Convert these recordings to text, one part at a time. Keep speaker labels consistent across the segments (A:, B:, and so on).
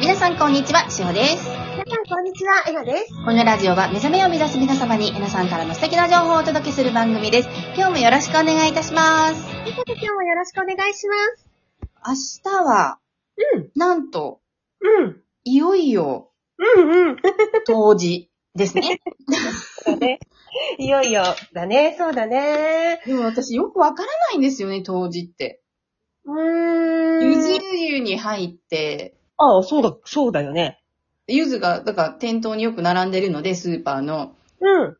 A: 皆さんこんにちは、しほです。
B: 皆さん、こんにちは。えなです。
A: このラジオは目覚めを目指す皆様に皆さんからの素敵な情報をお届けする番組です。今日もよろしくお願いいたします。
B: ということで、今日もよろしくお願いします。
A: 明日は、
B: うん。
A: なんと、
B: うん。
A: いよいよ、
B: うんうん。
A: 当時ですね。
B: そうね。 いよいよ、だね。そうだね。
A: でも私よくわからないんですよね、当時って。
B: うー
A: ゆず湯に入って、
B: ああ、そうだ、そうだよね。
A: ゆずが、だから店頭によく並んでるので、スーパーの。
B: うん。うん。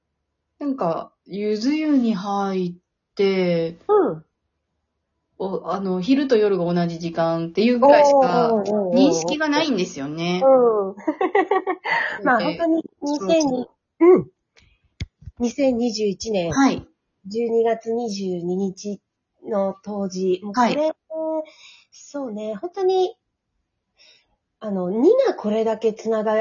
A: なんか、ゆず湯に入って、おあの、昼と夜が同じ時間っていうぐらいしか、認識がないんですよね。
B: うん。まあ、
A: で
B: 本当に、2002、うん。2021年
A: はい。
B: 12月22日の当時。もうこれ、そうね、本当に、あの、2がこれだけ繋が、1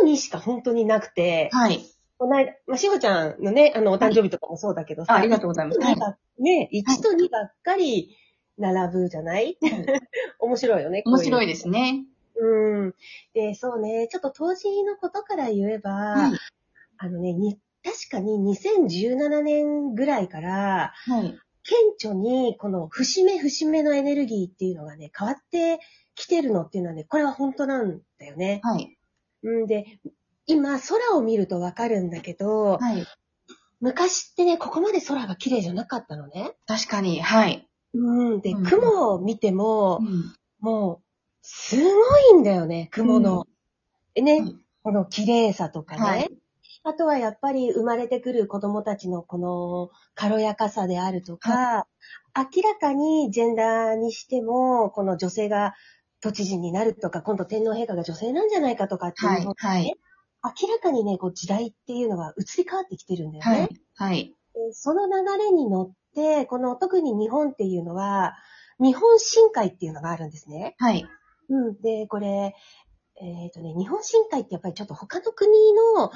B: と2しか本当になくて、
A: はい。
B: この間、まあ、しごちゃんのね、あの、お誕生日とかもそうだけどさ、
A: あありがとうございます。はい
B: 2。がね、1と2ばっかり並ぶじゃない、 面白いよね、
A: 面白
B: い。
A: いですね。
B: うん。で、そうね、ちょっと当時のことから言えば、
A: はい。
B: あのね、に、確かに2017年ぐらいから、
A: はい。
B: 顕著に、この節目節目のエネルギーっていうのがね、変わってきてるのっていうのはね、これは本当なんだよね。
A: はい。
B: うんで、今、空を見るとわかるんだけ
A: は
B: ど、
A: い。
B: 昔ってね、ここまで空が綺麗じゃなかったのね。
A: 確かに、はい。
B: うん。で、
A: うん
B: 雲を見ても、
A: うん
B: もう、すごいんだよね、雲の。えね、
A: うん
B: この綺麗さとかね。
A: はい
B: あとはやっぱり生まれてくる子供たちのこの軽やかさであるとか、明らかにジェンダーにしても、この女性が都知事になるとか、今度天皇陛下が女性なんじゃないかとかっていう
A: はい
B: の、。
A: はい。
B: 明らかにね、こう時代っていうのは移り変わってきてるんだよね。
A: はい。はい。
B: でその流れに乗って、この特に日本っていうのは、日本深海っていうのがあるんですね。
A: はい。
B: うん。で、これ、えっ、とね、日本深海ってやっぱりちょっと他の国の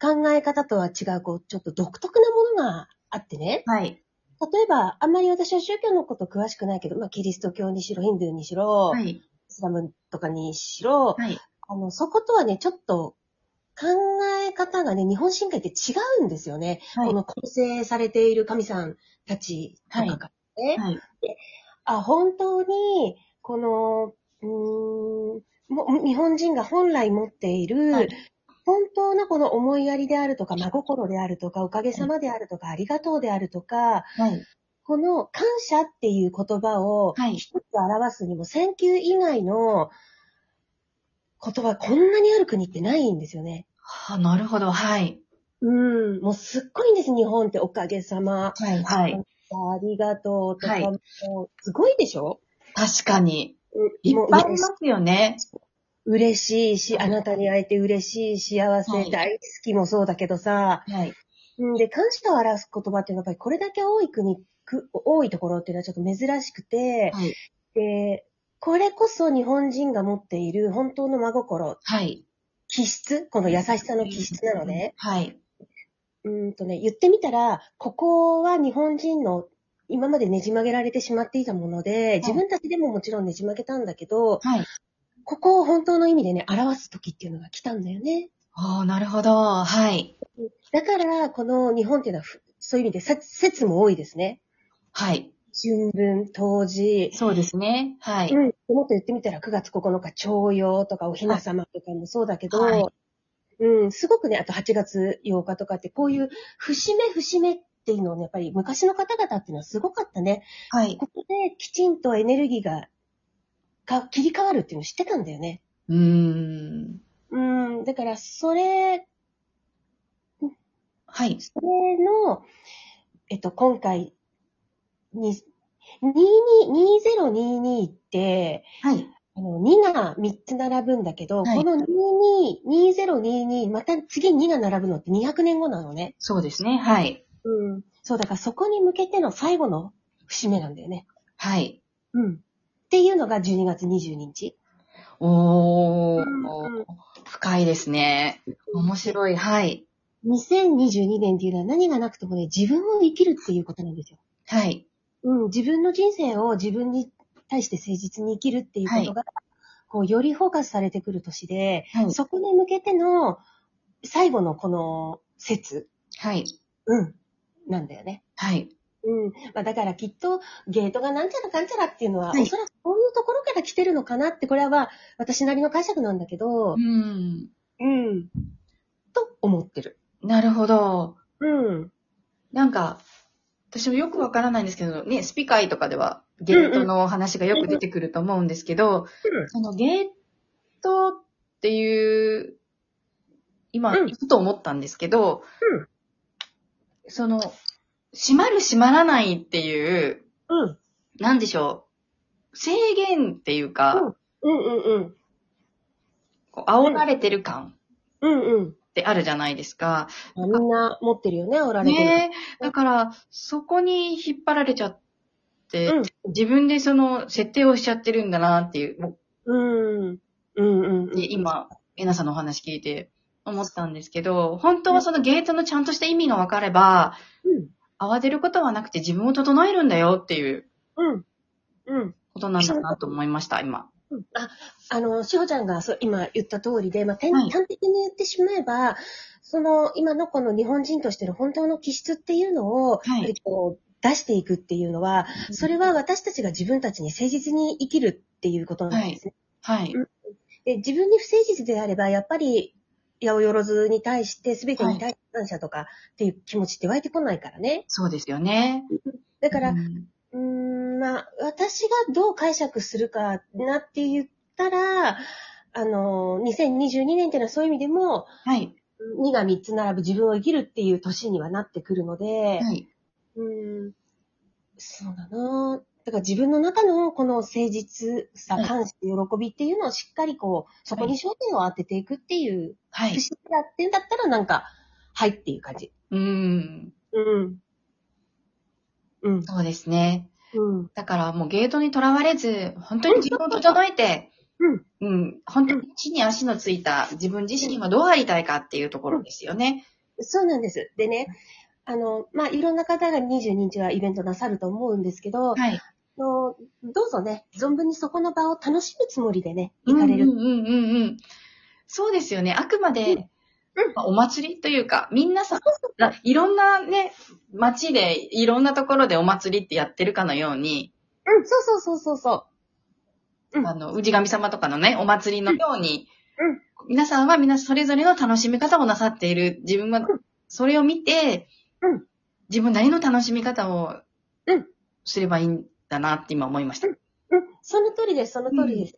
B: 考え方とは違う、こう、ちょっと独特なものがあってね。
A: はい。
B: 例えば、あんまり私は宗教のこと詳しくないけど、まあ、キリスト教にしろ、ヒンドゥーにしろ、
A: は
B: イ
A: い。
B: スラムとかにしろ、
A: はい。
B: あの、そことはね、ちょっと考え方がね、日本深海って違うんですよね。
A: はい
B: この構成されている神さんたちとかがね。
A: はい。
B: あ、本当に、この、うーん、も日本人が本来持っている、
A: はい
B: 本当のこの思いやりであるとか、真心であるとか、おかげさまであるとか、ありがとうであるとか、
A: はい。
B: この感謝っていう言葉を
A: はい
B: 一つ表すにも、選球以外の言葉、こんなにある国ってないんですよね。
A: はあ、なるほど。はい。
B: うん、もうすっごいんです、日本って、おかげさま、
A: はい。はい。
B: ありがとうとか、
A: はい
B: もうすごいでしょ
A: 確かに。いっ
B: もう
A: ぱいありますよね。
B: 嬉しいし、あなたに会えて嬉しい、幸せ、
A: はい
B: 大好きもそうだけどさ、
A: はい。
B: うんで、感謝を表す言葉っていうのはやっぱりこれだけ多い国、く多いところっていうのはちょっと珍しくて、
A: はい
B: で、これこそ日本人が持っている本当の真心、
A: はい。
B: 気質、この優しさの気質なのね。
A: はい。
B: うんとね、言ってみたら、ここは日本人の今までねじ曲げられてしまっていたもので、自分たちでももちろんねじ曲げたんだけど、
A: はい。
B: ここを本当の意味でね、表す時っていうのが来たんだよね。
A: ああ、なるほど。はい。
B: だから、この日本っていうのはふ、そういう意味でさ説も多いですね。
A: はい。
B: 春分、冬至。
A: そうですね。はい。
B: うん。もっと言ってみたら、9月9日、朝陽とかお雛様とかもそうだけど、
A: はい
B: うん、すごくね、あと8月8日とかって、こういう節目節目っていうのをね、やっぱり昔の方々っていうのはすごかったね。
A: はい。
B: ここできちんとエネルギーが、か切り替わるっていうのを知ってたんだよね。
A: うーん。
B: うん、だから、それ
A: はい。
B: それの、えっと、今回、に、222022って、
A: はい。
B: あの、2が3つ並ぶんだけど、
A: はい
B: この222022、また次2が並ぶのって200年後なのね。
A: そうですね。はい。
B: うん。そう、だからそこに向けての最後の節目なんだよね。
A: はい。
B: うん。っていうのが12月22日。
A: おー
B: うん。
A: 深いですね。面白い。はい。
B: 2022年っていうのは何がなくてもね、自分を生きるっていうことなんですよ。
A: はい。
B: うん、自分の人生を自分に対して誠実に生きるっていうことが、こう、よりフォーカスされてくる年で、
A: はい。
B: そこに向けての、最後のこの説、
A: はい。
B: うん、なんだよね。
A: はい。
B: うん。まあだからきっと、ゲートがなんちゃらかんちゃらっていうのは、
A: はい
B: おそらくそういうところから来てるのかなって、これはまあ私なりの解釈なんだけど
A: う、ん。
B: うん。と思ってる。
A: なるほど。
B: うん。
A: なんか、私もよくわからないんですけど、ね、スピ会とかではゲートの話がよく出てくると思うんですけど、
B: うん
A: そのゲートっていう、今、
B: うん
A: ふと思ったんですけど、
B: う
A: その、閉まる閉まらないっていう、
B: うん。
A: なんでしょう、制限っていうか、
B: うんうんうん。
A: こう煽られてる感
B: うんうん。
A: ってあるじゃないですか。
B: まあみんな持ってるよね、おられてる。
A: ねえ。だから、そこに引っ張られちゃって、
B: うん
A: 自分でその設定をしちゃってるんだなっていう、も
B: うん。うんうんう。
A: うんで今、えなさんのお話聞いて思ったんですけど、本当はそのゲートのちゃんとした意味が分かれば、
B: うん。
A: 慌てることはなくて自分を整えるんだよっていう
B: うん。うん。
A: ことなんだなと思いました、今。
B: うんあ、あの、しほちゃんがそう今言った通りで、まあ、てん
A: はい
B: 端的に言ってしまえば、その、今のこの日本人としての本当の気質っていうのを、
A: い
B: やっぱりこう、出していくっていうのは、それは私たちが自分たちに誠実に生きるっていうことなんですね。
A: はい。
B: で自分に不誠実であれば、やっぱり、八百万に対して、すべてに対して感謝とかっていう気持ちって湧いてこないからね。
A: そうですよね。
B: だから
A: う、ん
B: うーん、まあ、私がどう解釈するかなって言ったら、あの、2022年っていうのはそういう意味でも、
A: はい。
B: 2が3つ並ぶ自分を生きるっていう年にはなってくるので、
A: はい。
B: うーん、そうだなだから自分の中のこの誠実さ、
A: はい
B: 感謝、喜びっていうのをしっかりこう、そこに焦点を当てていくっていう、
A: はい
B: 不思。議だってんだったらなんか、はいっていう感じ。
A: うん。
B: うん。うん。
A: そうですね。
B: うん。
A: だからもうゲートにとらわれず、本当に自分を整えて、
B: うん。
A: うん。本当に地に足のついた自分自身はどうありたいかっていうところですよね。
B: そうなんです。でね、あの、まあ、いろんな方が22日はイベントなさると思うんですけど、あ
A: はい。
B: のどうぞね、存分にそこの場を楽しむつもりでね、
A: うん
B: 行
A: う
B: か
A: ん
B: れ
A: う
B: る。
A: んうんうん。そうですよね。あくまで、
B: うんうん
A: まあお祭りというか、みんなさ、ないろんなね、街で、いろんなところでお祭りってやってるかのように、
B: うん、そうそうそうそうそう。うん
A: あの、氏神様とかのね、お祭りのように、
B: うんうん
A: 皆さんは皆それぞれの楽しみ方をなさっている。自分は
B: ん、
A: それを見て、
B: うん
A: 自分なりの楽しみ方を
B: うん、
A: すればいいんだなって今思いました。
B: うん、その通りです、その通りです。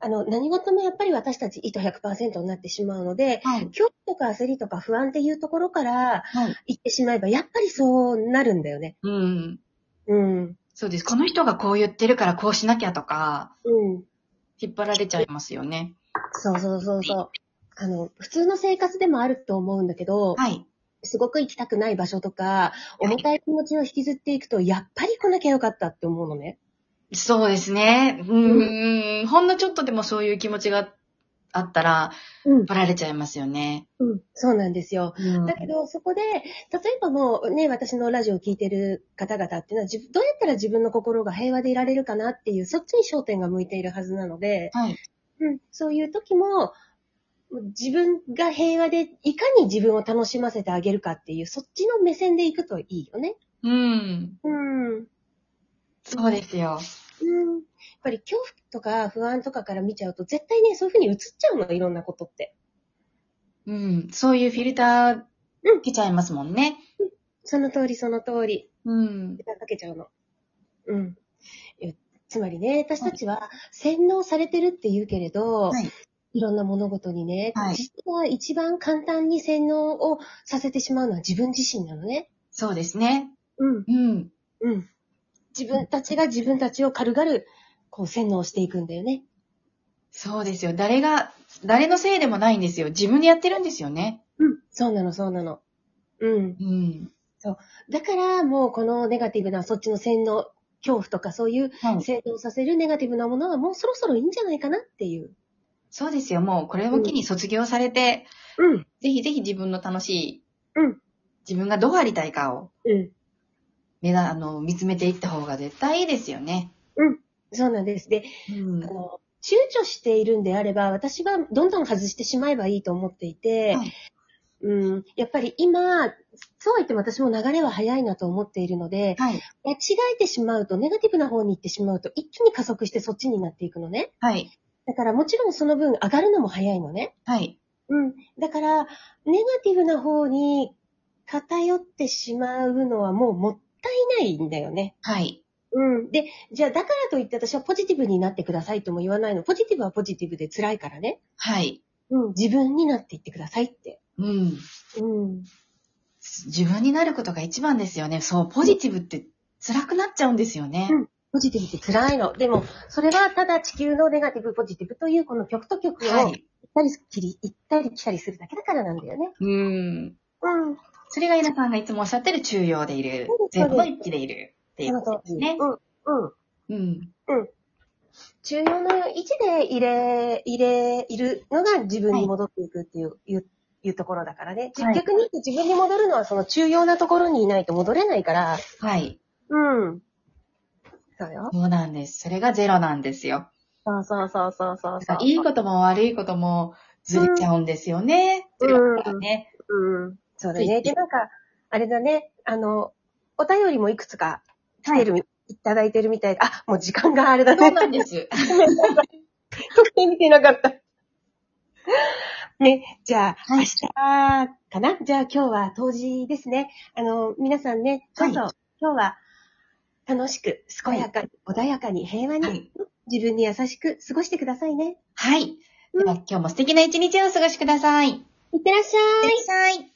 B: あの、何事もやっぱり私たち意図100%になってしまうので、
A: はい。
B: 恐怖とか焦りとか不安っていうところから
A: はい。
B: 行ってしまえば、やっぱりそうなるんだよね。
A: うん。
B: うん。
A: そうです。この人がこう言ってるからこうしなきゃとか、
B: うん。
A: 引っ張られちゃいますよね。
B: そうそうそうそう。あの、普通の生活でもあると思うんだけど、
A: はい。
B: すごく行きたくない場所とか、
A: はい
B: 重たい気持ちを引きずっていくと、やっぱり来なきゃよかったって思うのね。
A: そうですね。うん。ほんのちょっとでもそういう気持ちがあったら、
B: うん
A: 引っ。張られちゃいますよね。
B: うん。そうなんですよ。
A: うん
B: だけど、そこで、例えばもうね、私のラジオを聞いてる方々っていうのは、自分どうやったら自分の心が平和でいられるかなっていう、そっちに焦点が向いているはずなので、
A: はい。
B: うん。そういう時も、自分が平和で、いかに自分を楽しませてあげるかっていう、そっちの目線でいくといいよね。
A: うん。
B: うん。
A: そうですよ。
B: うんやっぱり恐怖とか不安とかから見ちゃうと、絶対ね、そういうふうに映っちゃうの、いろんなことって。
A: うん。そういうフィルター、
B: うん
A: 受けちゃいますもんね。
B: その通り、その通り。
A: うん。
B: 時間かけちゃうの。うん。えつまりね、私たちは洗脳されてるって言うけれど、
A: はい
B: い、ろんな物事にね、
A: はい
B: 実は一番簡単に洗脳をさせてしまうのは自分自身なのね。
A: そうですね。
B: うん。
A: うん。
B: うん。自分たちが自分たちを軽々、こう洗脳していくんだよね。
A: そうですよ。誰が、誰のせいでもないんですよ。自分でやってるんですよね。
B: うん。そうなの、そうなの。うん。
A: うん。
B: だから、もうこのネガティブな、そっちの洗脳、恐怖とかそういう
A: はい。
B: 洗脳させるネガティブなものはもうそろそろいいんじゃないかなっていう。
A: そうですよ。もう、これを機に卒業されて、
B: うん。
A: ぜひぜひ自分の楽しい、
B: うん。
A: 自分がどうありたいかを、
B: うん。
A: 目が、あの、見つめていった方が絶対いいですよね。
B: そうなんです。で、
A: うん
B: あの、躊躇しているんであれば、私はどんどん外してしまえばいいと思っていて、
A: はい
B: うん、やっぱり今、そうは言っても私も流れは早いなと思っているので、
A: はい。
B: 間違えてしまうと、ネガティブな方に行ってしまうと、一気に加速してそっちになっていくのね。
A: はい。
B: だからもちろんその分上がるのも早いのね。
A: はい。
B: うん。だから、ネガティブな方に偏ってしまうのはもうもったいないんだよね。
A: はい。
B: うん。で、じゃあだからといって私はポジティブになってくださいとも言わないの。ポジティブはポジティブで辛いからね。
A: はい。
B: うん。自分になっていってくださいって。
A: うん。
B: うん。
A: 自分になることが一番ですよね。そう、ポジティブって辛くなっちゃうんですよね。
B: うんポジティブって辛いの。でも、それはただ地球のネガティブポジティブというこの曲と曲を
A: は
B: 行っ
A: い。
B: たり来たり、行ったり来たりするだけだからなんだよね。
A: うん。
B: うん。
A: それが皆さんがいつもおっしゃってる中庸でいる
B: そう。で
A: 全
B: す
A: 部一気でいる。っていうことですね
B: う。ん。うん。
A: うん。
B: 中央の位置で入れ、入れ、いるのが自分に戻っていくっていう、い、う、いうところだからね。じ
A: はい
B: 逆に言うと自分に戻るのはその中央なところにいないと戻れないから。
A: はい。
B: うん。そうよ。
A: そうなんです。それがゼロなんですよ。
B: そうそうそうそうそう
A: だ
B: そ
A: か
B: う
A: ら。いいことも悪いこともずれちゃうんですよね。
B: うん
A: ゼロだからね。
B: うん。そうだね。で、なんか、あれだね。あの、お便りもいくつか来てる、い、ただいてるみたいで。あ、もう時間があれだ
A: そう
B: ね。
A: なんです。
B: 特定見てなかった。ね、じゃあ、
A: はい
B: 明日かなじゃあ今日は当時ですね。あの、皆さんね、どうぞ、
A: は
B: 今日は楽しく、健やかに、穏やかに、平和に、
A: はい
B: 自分に優しく過ごしてくださいね。
A: はい。
B: う
A: で
B: ん
A: は今日も素敵な一日をお過ごしください。いっ
B: いってらっしゃい。
A: てらっしゃい。